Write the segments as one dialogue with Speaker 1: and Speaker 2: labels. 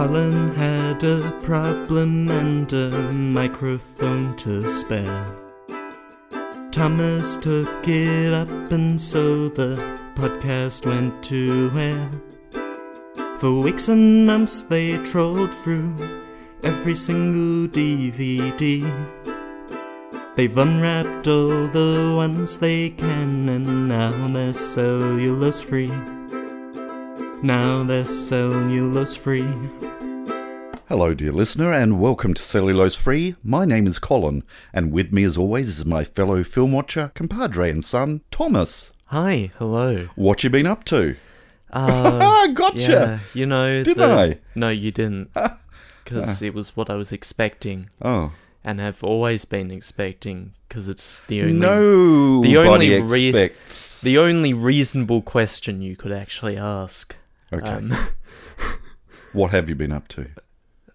Speaker 1: Colin had a problem and a microphone to spare. Thomas took it up, and so the podcast went to air. For weeks and months they trolled through every single DVD. They've unwrapped all the ones they can, and now they're cellulose free. Now they're cellulose free.
Speaker 2: Hello, dear listener, and welcome to Cellulose Free. My name is Colin, and with me, as always, is my fellow film watcher, compadre, and son, Thomas.
Speaker 1: Hi, hello.
Speaker 2: What you been up to?
Speaker 1: Uh,
Speaker 2: Ah, gotcha.
Speaker 1: yeah, you know.
Speaker 2: Did
Speaker 1: the-
Speaker 2: I? Ah.
Speaker 1: No, you didn't. Because it was what I was expecting,
Speaker 2: Oh
Speaker 1: and have always been expecting. Because it's the only
Speaker 2: no!
Speaker 1: the only re-
Speaker 2: expects.
Speaker 1: the only reasonable question you could actually ask.
Speaker 2: okay,
Speaker 1: Um,
Speaker 2: what have you been up to?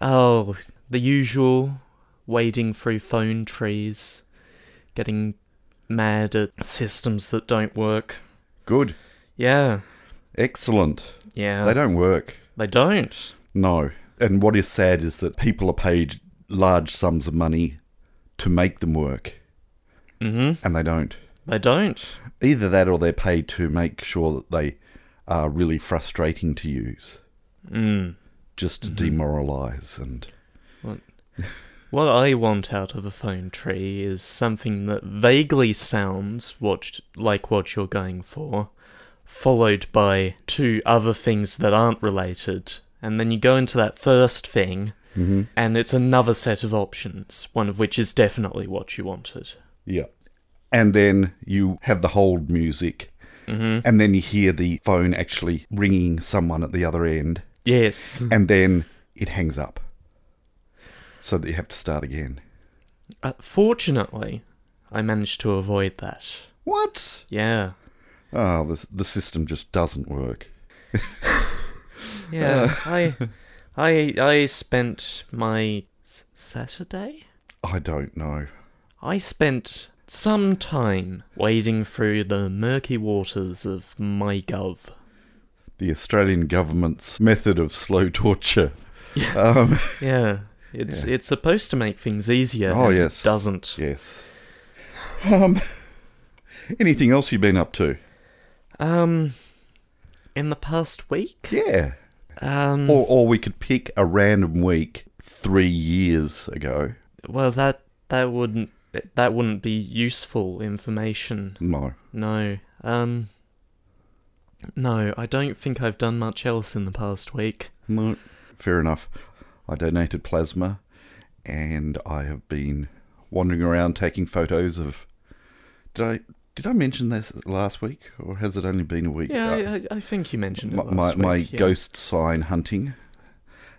Speaker 1: oh, the usual, wading through phone trees, getting mad at systems that don't work.
Speaker 2: Good,
Speaker 1: Yeah,
Speaker 2: excellent.
Speaker 1: yeah,
Speaker 2: they don't work.
Speaker 1: They don't.
Speaker 2: No, and what is sad is that people are paid large sums of money to make them work,
Speaker 1: Mm-hmm.
Speaker 2: and they don't.
Speaker 1: They don't.
Speaker 2: Either that, or they're paid to make sure that they are really frustrating to use.
Speaker 1: Mm.
Speaker 2: just to demoralize and
Speaker 1: What I want out of a phone tree is something that vaguely sounds what like what you're going for, followed by two other things that aren't related, and then you go into that first thing, and it's another set of options, one of which is definitely what you wanted.
Speaker 2: yeah and then you have the hold music and then you hear the phone actually ringing someone at the other end
Speaker 1: Yes.
Speaker 2: and then it hangs up so that you have to start again
Speaker 1: Uh, fortunately, I managed to avoid that.
Speaker 2: what
Speaker 1: Yeah.
Speaker 2: oh the, the system just doesn't work
Speaker 1: Yeah. I I I spent my s- Saturday
Speaker 2: i don't know
Speaker 1: I spent some time wading through the murky waters of MyGov.
Speaker 2: the australian government's method of slow torture um,
Speaker 1: Yeah, it's it's supposed to make things easier.
Speaker 2: Oh,
Speaker 1: and it
Speaker 2: yes.
Speaker 1: doesn't.
Speaker 2: yes um, anything else you've been up to
Speaker 1: Um, in the past week,
Speaker 2: yeah
Speaker 1: um,
Speaker 2: Or, or we could pick a random week three years ago.
Speaker 1: well that that wouldn't that wouldn't be useful information.
Speaker 2: No.
Speaker 1: No, um, no, I don't think I've done much else in the past week.
Speaker 2: No. Fair enough. I donated plasma and I have been wandering around taking photos of. Did I. Did I mention this last week, or has it only been a week?
Speaker 1: Yeah,
Speaker 2: Uh,
Speaker 1: I, I, I think you mentioned it
Speaker 2: my my,
Speaker 1: last
Speaker 2: my
Speaker 1: week, yeah.
Speaker 2: ghost sign hunting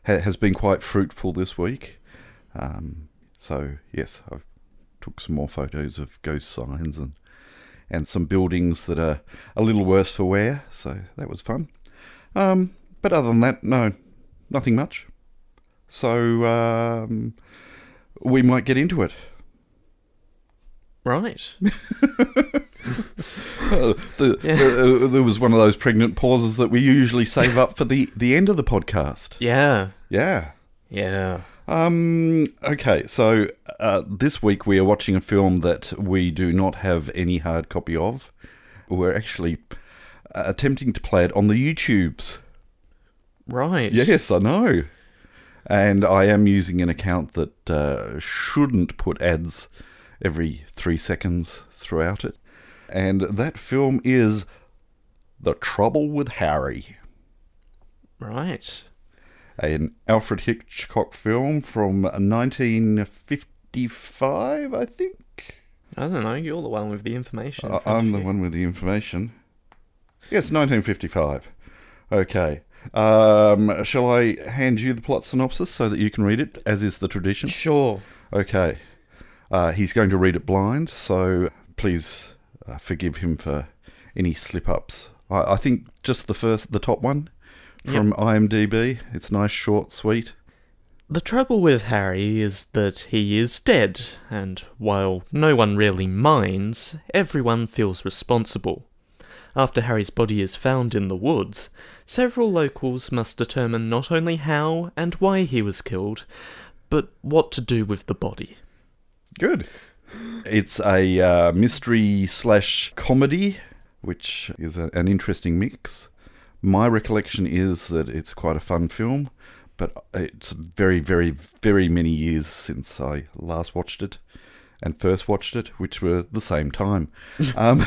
Speaker 2: ha- has been quite fruitful this week. Um, so yes, I took some more photos of ghost signs and and some buildings that are a little worse for wear. So that was fun. Um, but other than that, no, nothing much. So um, we might get into it.
Speaker 1: Right.
Speaker 2: Uh, the, the- uh, there was one of those pregnant pauses that we usually save up for the, the end of the podcast.
Speaker 1: Yeah.
Speaker 2: Yeah.
Speaker 1: Yeah.
Speaker 2: Um. Okay. So uh, this week we are watching a film that we do not have any hard copy of. We're actually uh, attempting to play it on the YouTubes.
Speaker 1: Right.
Speaker 2: Yes, I know. And I am using an account that uh, shouldn't put ads every three seconds throughout it. And that film is The Trouble with Harry,
Speaker 1: Right.
Speaker 2: an Alfred Hitchcock film from 1955, I think.
Speaker 1: I don't know. You're the one with the information.
Speaker 2: I-
Speaker 1: in front
Speaker 2: I'm
Speaker 1: of
Speaker 2: the
Speaker 1: you.
Speaker 2: one with the information. Yes, 1955. Okay. Um, shall I hand you the plot synopsis so that you can read it, as is the tradition?
Speaker 1: Sure.
Speaker 2: Okay. Uh, he's going to read it blind, so please uh, forgive him for any slip ups. I, I think just the first, the top one from IMDb. It's nice, short, sweet.
Speaker 1: The trouble with Harry is that he is dead, and while no one really minds, everyone feels responsible. After Harry's body is found in the woods, several locals must determine not only how and why he was killed, but what to do with the body.
Speaker 2: Good. It's a uh, mystery slash comedy, which is a, an interesting mix. My recollection is that it's quite a fun film, but it's very, very, very many years since I last watched it and first watched it, which were the same time. um,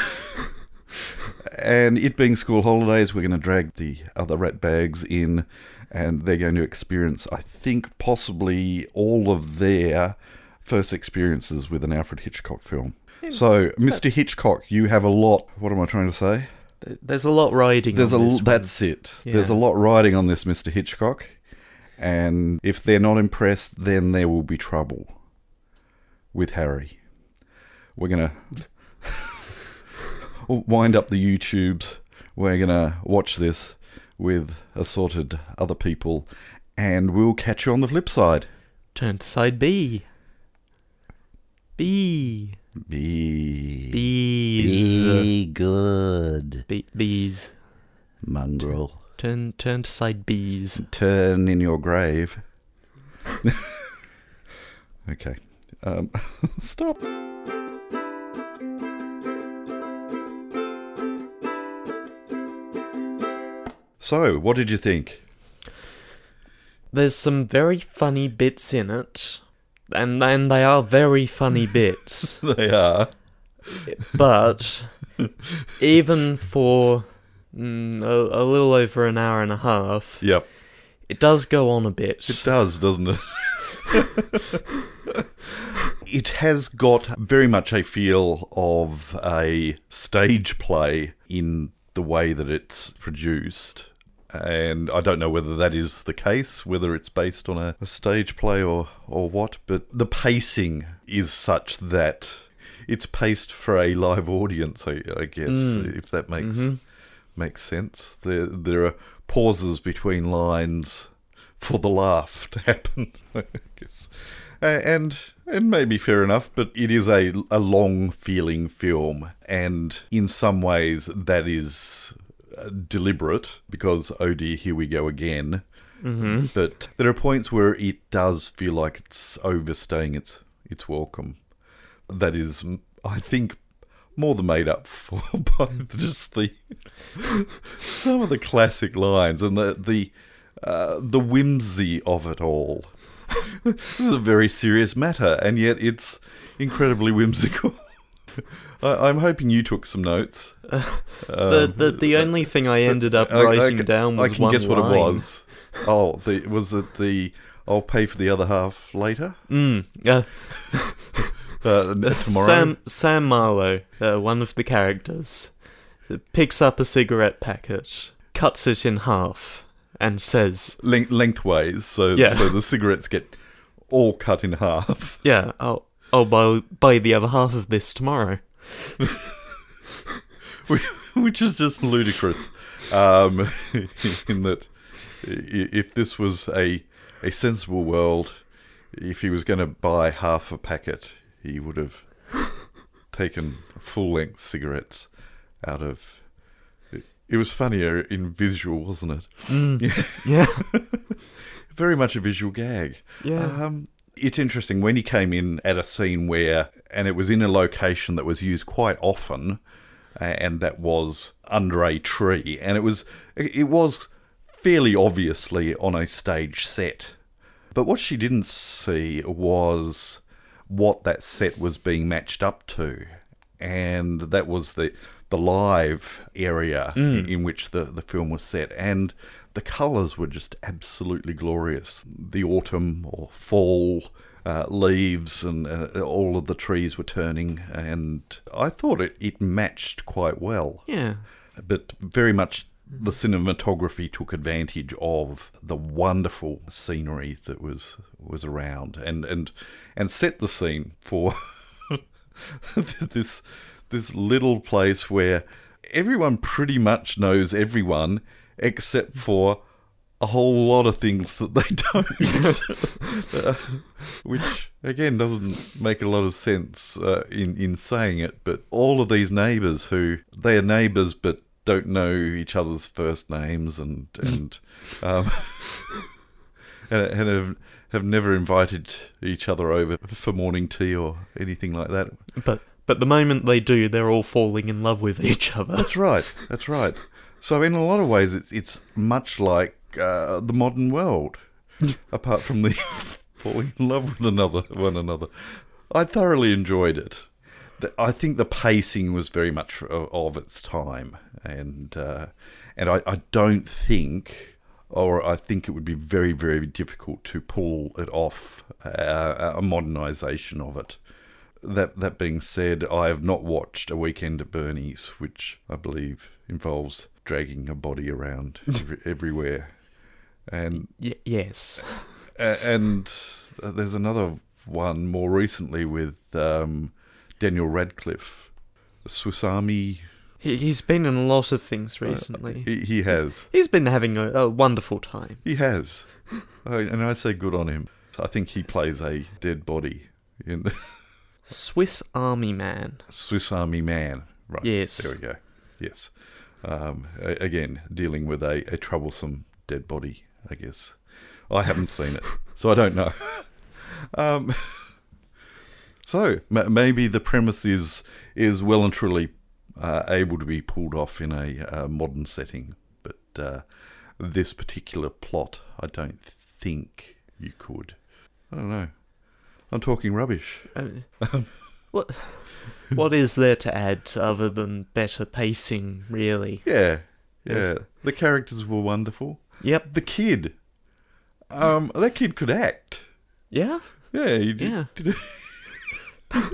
Speaker 2: and it being school holidays, we're going to drag the other rat bags in, and they're going to experience, I think, possibly all of their first experiences with an Alfred Hitchcock film. So, Mr. Hitchcock, you have a lot. What am I trying to say?
Speaker 1: There- There's a lot riding.
Speaker 2: There's a
Speaker 1: on
Speaker 2: l-
Speaker 1: this one.
Speaker 2: that's it. There's a
Speaker 1: Yeah.
Speaker 2: lot riding on this, Mr. Hitchcock. And if they're not impressed, then there will be trouble with Harry. We're gonna wind up the YouTubes. We're gonna watch this with assorted other people, and we'll catch you on the flip side.
Speaker 1: Turn to side B. B.
Speaker 2: Be, uh,
Speaker 1: Bees.
Speaker 2: good,
Speaker 1: Be- bees.
Speaker 2: mongrel.
Speaker 1: Turn turn to side B's.
Speaker 2: turn in your grave. okay. Um, stop. So, what did you think?
Speaker 1: There's some very funny bits in it. And and they are very funny bits.
Speaker 2: They are.
Speaker 1: but even for mm, a, a little over an hour and a half,
Speaker 2: Yep.
Speaker 1: it does go on a bit.
Speaker 2: It does, doesn't it? it has got very much a feel of a stage play in the way that it's produced. And I don't know whether that is the case, whether it's based on a, a stage play or, or what, but the pacing is such that it's paced for a live audience, I, I guess, if that makes makes sense. There, there are pauses between lines for the laugh to happen, I guess. A- And and maybe fair enough, but it is a, a long feeling film, and in some ways that is uh, deliberate because oh dear, here we go again. Mm-hmm. But there are points where it does feel like it's overstaying its its welcome. That is, m- I think, more than made up for by just the some of the classic lines and the the uh, the whimsy of it all. this is a very serious matter, and yet it's incredibly whimsical. I, I'm hoping you took some notes. Um,
Speaker 1: the, the the only thing I ended up writing
Speaker 2: ca-
Speaker 1: down was
Speaker 2: I can
Speaker 1: one
Speaker 2: guess what
Speaker 1: line.
Speaker 2: it was. Oh, the, was it the I'll pay for the other half later
Speaker 1: Mm, uh,
Speaker 2: uh, n- tomorrow?
Speaker 1: Sam Sam Marlowe, uh, one of the characters, picks up a cigarette packet, cuts it in half, and says,
Speaker 2: Length, lengthways, so
Speaker 1: Yeah.
Speaker 2: so the cigarettes get all cut in half.
Speaker 1: "Yeah, I'll I'll buy buy the other half of this tomorrow."
Speaker 2: which is just ludicrous. Um, in that, i- if this was a a sensible world, if he was going to buy half a packet, he would have taken full length cigarettes out of. it- It was funnier in visual, wasn't it?
Speaker 1: Yeah,
Speaker 2: Very much a visual gag.
Speaker 1: yeah,
Speaker 2: Um, it's interesting when he came in at a scene where, and it was in a location that was used quite often, a- and that was under a tree, and it was it was fairly obviously on a stage set. But what she didn't see was what that set was being matched up to, and that was the the live area in, in which the the film was set, and the colours were just absolutely glorious. The autumn or fall. Uh, leaves and uh, all of the trees were turning, and I thought it, it matched quite well
Speaker 1: yeah.
Speaker 2: but very much the cinematography took advantage of the wonderful scenery that was was around and and and set the scene for this this little place where everyone pretty much knows everyone except for a whole lot of things that they don't, Uh, which again doesn't make a lot of sense uh, in in saying it. But all of these neighbours who they are neighbours but don't know each other's first names and and um, and, and have have never invited each other over for morning tea or anything like that.
Speaker 1: But but the moment they do, they're all falling in love with each other.
Speaker 2: That's right. That's right. So in a lot of ways, it's it's much like uh, the modern world, apart from the falling in love with another one another. I thoroughly enjoyed it. The- I think the pacing was very much of, of its time, and uh, and I, I don't think, or I think it would be very very difficult to pull it off uh, a modernization of it. That that being said, I have not watched a weekend at Bernie's, which I believe involves dragging a body around every, everywhere, and
Speaker 1: Y- yes.
Speaker 2: a- and there's another one more recently with um, Daniel Radcliffe, Swiss Army.
Speaker 1: He, he's been in a lot of things recently.
Speaker 2: He, he has,
Speaker 1: He's been having a, a wonderful time.
Speaker 2: he has, I- and I say good on him. I think he plays a dead body in the
Speaker 1: Swiss Army Man.
Speaker 2: Swiss Army Man. Right.
Speaker 1: Yes.
Speaker 2: There we go. Yes. Um, a- again, dealing with a, a troublesome dead body, I guess. I haven't seen it, so I don't know. Um, so m- maybe the premise is is well and truly uh, able to be pulled off in a uh, modern setting, but uh, this particular plot, I don't think you could. I don't know. I'm talking rubbish.
Speaker 1: I- Um, what what is there to add other than better pacing, really?
Speaker 2: Yeah, yeah. The characters were wonderful.
Speaker 1: Yep.
Speaker 2: The kid, um, that kid could act.
Speaker 1: Yeah.
Speaker 2: Yeah, he did,
Speaker 1: Yeah.
Speaker 2: did, did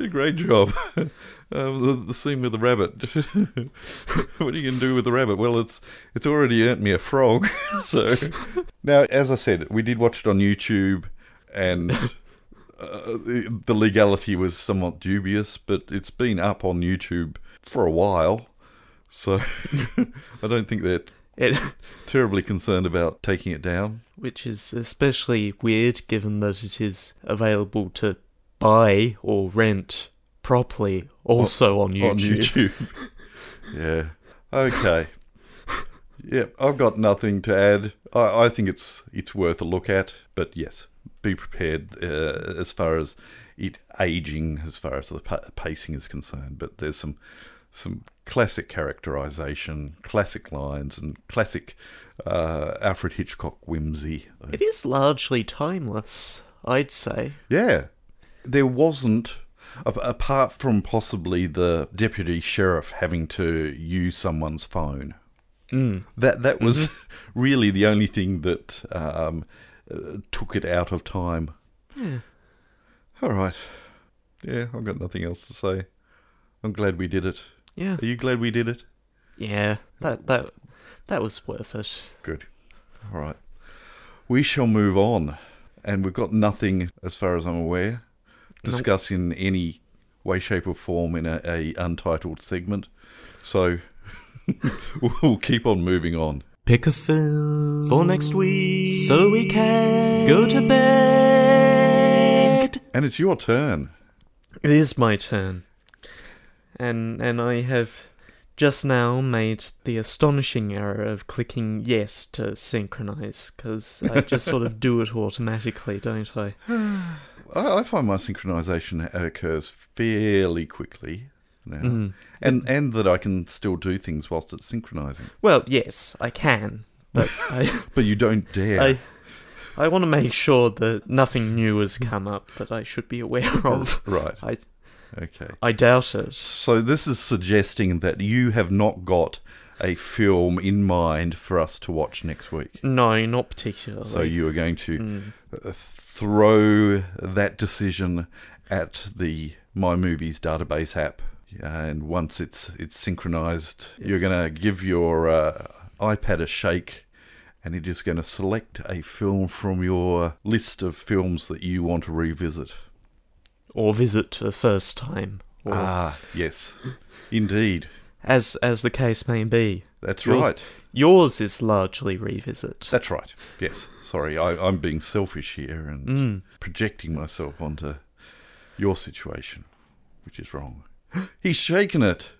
Speaker 2: a great job. um, the, the scene with the rabbit. what are you going to do with the rabbit? Well, it's it's already earned me a frog. so now, as I said, we did watch it on YouTube, and uh, the the legality was somewhat dubious, but it's been up on YouTube for a while. So I don't think they're
Speaker 1: It,
Speaker 2: terribly concerned about taking it down.
Speaker 1: which is especially weird given that it is available to buy or rent properly also on YouTube.
Speaker 2: on YouTube. yeah. Okay. Yep. I've got nothing to add. I, I think it's it's worth a look at, but yes, be prepared uh, as far as it aging, as far as the pa- pacing is concerned. But there's some some classic characterization, classic lines, and classic uh, Alfred Hitchcock whimsy.
Speaker 1: It is largely timeless, I'd say.
Speaker 2: Yeah. There wasn't, a- apart from possibly the deputy sheriff having to use someone's phone.
Speaker 1: Hmm.
Speaker 2: That that was really the only thing that um, uh, took it out of time. All right. Yeah, I've got nothing else to say. I'm glad we did it.
Speaker 1: Yeah.
Speaker 2: Are you glad we did it?
Speaker 1: Yeah. That that that was worth it.
Speaker 2: Good. All right. We shall move on. And we've got nothing, as far as I'm aware,
Speaker 1: Nope.
Speaker 2: discuss in any way, shape, or form in a, a untitled segment. So we'll keep on moving on.
Speaker 1: Pick a film for next week so we can go to bed.
Speaker 2: And it's your turn.
Speaker 1: It is my turn. And and I have just now made the astonishing error of clicking yes to synchronize cuz I just sort of do it automatically, don't I?
Speaker 2: I, I find my synchronization occurs fairly quickly now,
Speaker 1: Mm-hmm. Hmm.
Speaker 2: and and that I can still do things whilst it's synchronizing.
Speaker 1: Well, yes, I can, but I
Speaker 2: But you don't dare.
Speaker 1: I I want to make sure that nothing new has
Speaker 2: Hmm.
Speaker 1: come up that I should be aware of.
Speaker 2: right.
Speaker 1: I
Speaker 2: Okay.
Speaker 1: I doubt it.
Speaker 2: So this is suggesting that you have not got a film in mind for us to watch next week.
Speaker 1: No, not particularly. Hmm.
Speaker 2: So you are going to uh, throw that decision at the My Movies database app, and once it's it's synchronized, you're going to give your uh, iPad a shake, and it is going to select a film from your list of films that you want to revisit.
Speaker 1: or visit a first time, or
Speaker 2: Ah, yes, indeed,
Speaker 1: as as the case may be.
Speaker 2: that's
Speaker 1: Yours-
Speaker 2: right.
Speaker 1: Yours is largely revisit.
Speaker 2: That's right. Yes. Sorry, I, I'm being selfish here and
Speaker 1: Mm.
Speaker 2: projecting myself onto your situation, which is wrong. He's shaken it.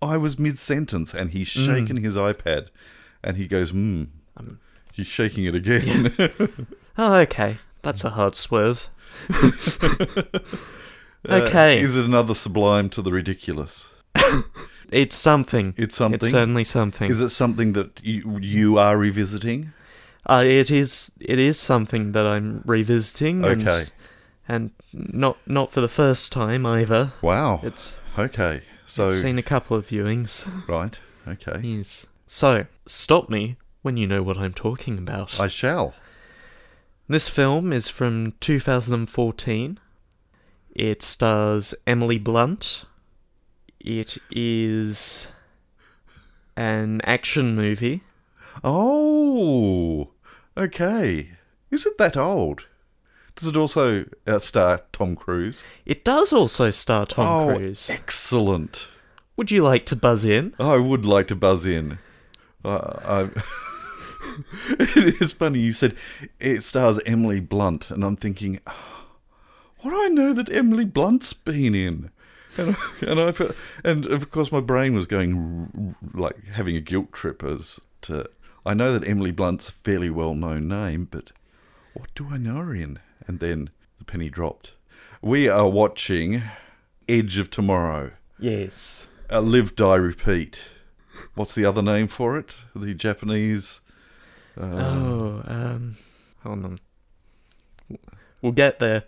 Speaker 2: I was mid sentence and he's shaking his iPad and he goes, hmm.
Speaker 1: Mm. Um.
Speaker 2: He's shaking it again.
Speaker 1: Oh, okay. That's a hard swerve. okay.
Speaker 2: Uh, Is it another sublime to the ridiculous?
Speaker 1: it's something.
Speaker 2: It's something.
Speaker 1: It's certainly something.
Speaker 2: Is it something that you, you are revisiting?
Speaker 1: Uh, it is. It is something that I'm revisiting.
Speaker 2: Okay.
Speaker 1: And, and not not for the first time either.
Speaker 2: Wow.
Speaker 1: It's
Speaker 2: okay. So,
Speaker 1: seen a couple of viewings.
Speaker 2: right. Okay.
Speaker 1: Yes. So stop me when you know what I'm talking about.
Speaker 2: I shall.
Speaker 1: This film is from 2014. It stars Emily Blunt. It is an action movie.
Speaker 2: Oh, okay. Is it that old? Does it also uh, star Tom Cruise?
Speaker 1: It does also star Tom
Speaker 2: oh,
Speaker 1: Cruise.
Speaker 2: excellent.
Speaker 1: Would you like to buzz in?
Speaker 2: I would like to buzz in. Uh, I... it's funny you said it stars Emily Blunt, and I'm thinking, "Oh, what do I know that Emily Blunt's been in? And I, and I felt- and of course my brain was going r- r- like having a guilt trip as to I know that Emily Blunt's a fairly well known name, but what do I know her in? And then the penny dropped. We are watching Edge of Tomorrow.
Speaker 1: Yes.
Speaker 2: Uh, live, die, repeat. What's the other name for it? The Japanese. Uh,
Speaker 1: oh, um, hold on. We'll get there.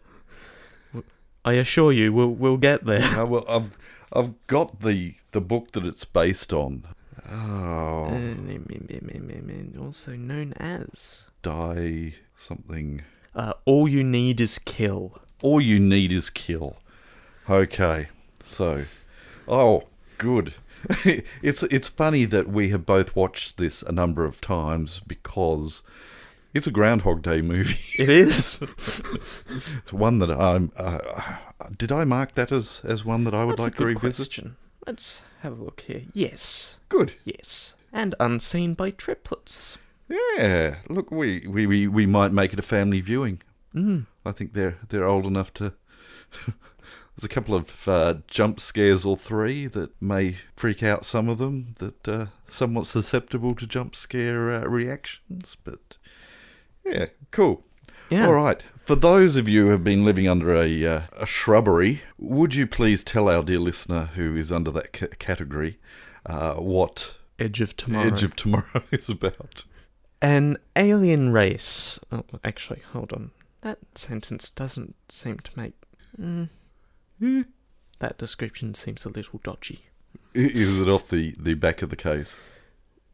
Speaker 1: I assure you, we'll we'll get there.
Speaker 2: uh, well, I've I've got the the book that it's based on. Oh,
Speaker 1: Uh. Also known as
Speaker 2: die something.
Speaker 1: uh, "All You Need Is Kill."
Speaker 2: All you need is kill. Okay, so, oh, good. it's it's funny that we have both watched this a number of times because it's a Groundhog Day movie.
Speaker 1: It is.
Speaker 2: It's one that I'm. Uh, did I mark that as, as one that I would
Speaker 1: That's a
Speaker 2: like to
Speaker 1: good
Speaker 2: revisit?
Speaker 1: question. Let's have a look here. Yes,
Speaker 2: Good.
Speaker 1: yes, and unseen by triplets.
Speaker 2: Yeah. Look, we, we, we, we might make it a family viewing.
Speaker 1: Mm.
Speaker 2: I think they're they're old enough to. There's a couple of uh, jump scares or three that may freak out some of them that uh, somewhat susceptible to jump scare uh, reactions. But yeah, cool.
Speaker 1: Yeah.
Speaker 2: All right. For those of you who have been living under a, uh, a shrubbery, would you please tell our dear listener who is under that c- category uh, what
Speaker 1: Edge of tomorrow.
Speaker 2: Edge of Tomorrow is about?
Speaker 1: An alien race. Oh, actually, hold on. That sentence doesn't seem to make. Mm. That description seems a little dodgy.
Speaker 2: I- Is it off the, the back of the case?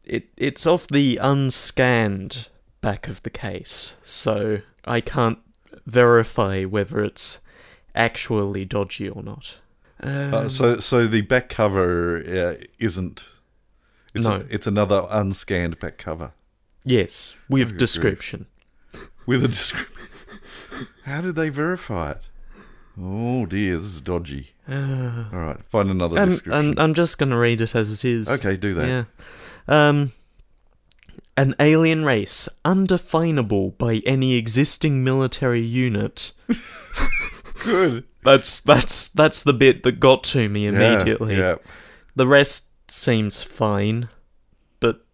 Speaker 1: It it's off the unscanned back of the case, so I can't verify whether it's actually dodgy or not. Um,
Speaker 2: Uh, so, so the back cover uh, isn't. It's
Speaker 1: No.
Speaker 2: a- it's another unscanned back cover
Speaker 1: yes,
Speaker 2: Oh,
Speaker 1: with
Speaker 2: good
Speaker 1: description.
Speaker 2: with a description. How did they verify it? Oh dear, this is dodgy.
Speaker 1: Uh,
Speaker 2: All right, find another
Speaker 1: I'm,
Speaker 2: description.
Speaker 1: I'm, I'm just gonna read it as it is.
Speaker 2: okay, do that.
Speaker 1: Yeah. Um, an alien race, undefinable by any existing military unit.
Speaker 2: Good.
Speaker 1: That's that's that's the bit that got to me
Speaker 2: Yeah,
Speaker 1: immediately.
Speaker 2: yeah.
Speaker 1: The rest seems fine, but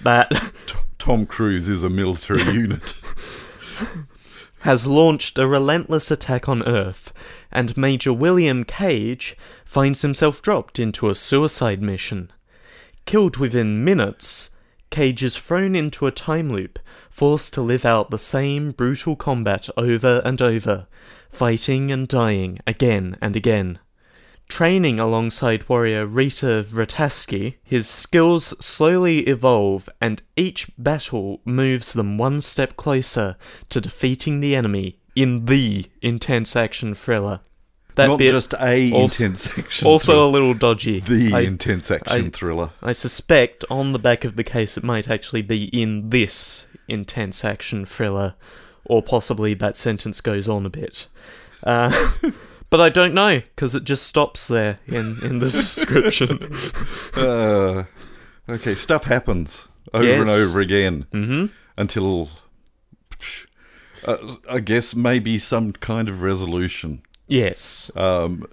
Speaker 1: that
Speaker 2: T- Tom Cruise is a military unit.
Speaker 1: has launched a relentless attack on Earth, and Major William Cage finds himself dropped into a suicide mission. Killed within minutes, Cage is thrown into a time loop, forced to live out the same brutal combat over and over, fighting and dying again and again. Training alongside warrior Rita Vrataski, his skills slowly evolve and each battle moves them one step closer to defeating the enemy in the intense action thriller. That
Speaker 2: Not
Speaker 1: bit
Speaker 2: just a
Speaker 1: also-
Speaker 2: intense action.
Speaker 1: also a little dodgy.
Speaker 2: thriller. the
Speaker 1: I,
Speaker 2: intense action
Speaker 1: I-
Speaker 2: thriller.
Speaker 1: I suspect on the back of the case it might actually be in this intense action thriller, or possibly that sentence goes on a bit. Uh, but I don't know because it just stops there in in the description.
Speaker 2: Uh, okay, stuff happens over and
Speaker 1: Yes.
Speaker 2: over again
Speaker 3: Mm-hmm.
Speaker 1: hmm
Speaker 2: until, uh, I guess, maybe some kind of resolution.
Speaker 1: Yes,
Speaker 2: Um,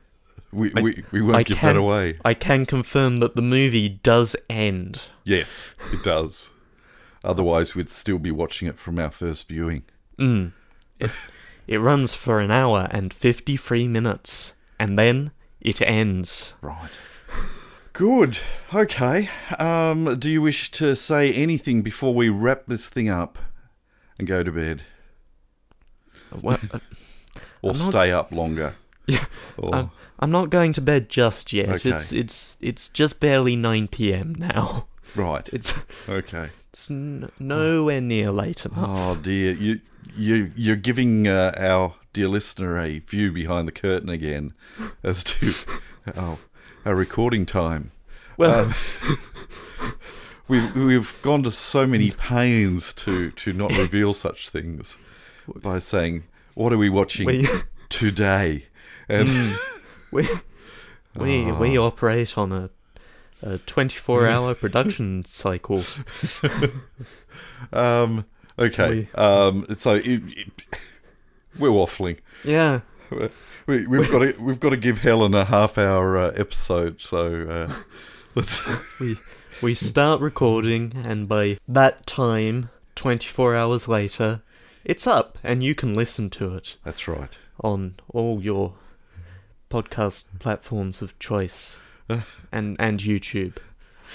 Speaker 2: We,
Speaker 3: I-
Speaker 2: we, we won't
Speaker 3: I
Speaker 2: give
Speaker 3: can-
Speaker 2: that away.
Speaker 3: I can confirm that the movie does end.
Speaker 2: Yes, it does. Otherwise, we'd still be watching it from our first viewing.
Speaker 1: Hmm.
Speaker 3: Mm. It, it runs for an hour and 53 minutes, and then it ends.
Speaker 2: Right. Good. Okay. Um, do you wish to say anything before we wrap this thing up and go to bed?
Speaker 3: Well, uh,
Speaker 2: Or
Speaker 3: I'm not-
Speaker 2: stay up longer?
Speaker 3: Yeah, Um,
Speaker 2: Or,
Speaker 3: I'm, I'm not going to bed just yet.
Speaker 2: Okay.
Speaker 3: It's it's it's just barely 9 p.m. now.
Speaker 2: right.
Speaker 3: It's
Speaker 2: Okay.
Speaker 3: it's n- nowhere near late enough.
Speaker 2: Oh dear, you you you're giving uh, our dear listener a view behind the curtain again as to oh, our recording time. uh, Um,
Speaker 3: well,
Speaker 2: We've we've gone to so many pains to to not reveal such things by saying what are we watching
Speaker 3: we
Speaker 2: today? And
Speaker 3: we we, we operate on a a 24-hour production cycle. Mm.
Speaker 2: um okay, um so it, it, we're waffling.
Speaker 3: Yeah.
Speaker 2: We, we've got to we've got to give Helen a half hour uh, episode. So uh, let's.
Speaker 3: We we start recording, and by that time, 24 hours later, it's up, and you can listen to it
Speaker 2: That's right.
Speaker 3: on all your podcast platforms of choice, and and YouTube.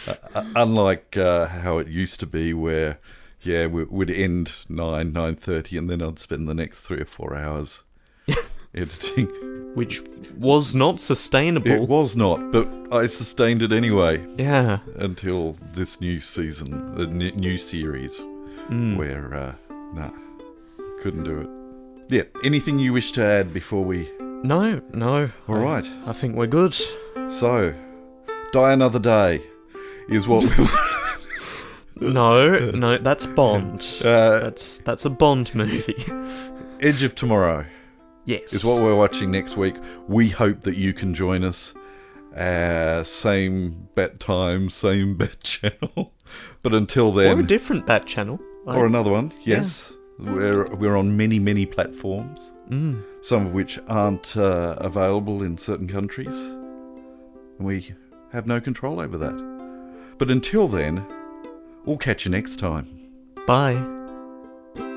Speaker 2: Uh, unlike uh, how it used to be, where yeah, we, we'd end nine nine thirty, and then I'd spend the next three or four hours editing.
Speaker 3: which was not
Speaker 2: It
Speaker 3: sustainable.
Speaker 2: was not, but I sustained it anyway
Speaker 3: yeah.
Speaker 2: until this new season, the n- new series,
Speaker 3: Mm.
Speaker 2: where uh, nah, couldn't do it. Yeah. Anything you wish to add before we?
Speaker 3: No, no.
Speaker 2: All right.
Speaker 3: I think we're good.
Speaker 2: So, die another day is what. we
Speaker 3: No, no, that's Bond.
Speaker 2: Uh,
Speaker 3: That's that's a Bond movie.
Speaker 2: Edge of Tomorrow.
Speaker 3: yes.
Speaker 2: is what we're watching next week. We hope that you can join us. Uh, same bet time, same bet channel. But until
Speaker 3: or
Speaker 2: then,
Speaker 3: different that channel. Like,
Speaker 2: or another one, yes. We're, we're on many, many platforms,
Speaker 3: mm,
Speaker 2: some of which aren't uh, available in certain countries. We have no control over that. But until then, we'll catch you next time.
Speaker 3: bye.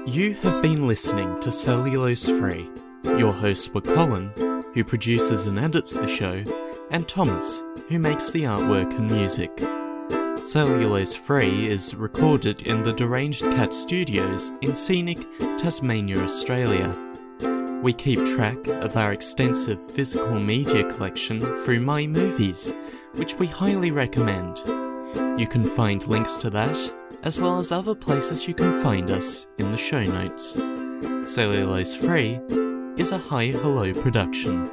Speaker 1: You have been listening to Cellulose Free. Your hosts were Colin, who produces and edits the show, and Thomas, who makes the artwork and music. Cellulose Free is recorded in the Deranged Cat Studios in scenic Tasmania, Australia. We keep track of our extensive physical media collection through My Movies, which we highly recommend. You can find links to that, as well as other places you can find us, in the show notes. Cellulose Free is a high hello production.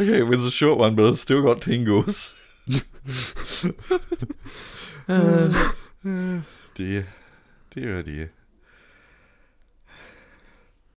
Speaker 2: Okay, it was a short one, but I've still got tingles. dear, dear, oh dear.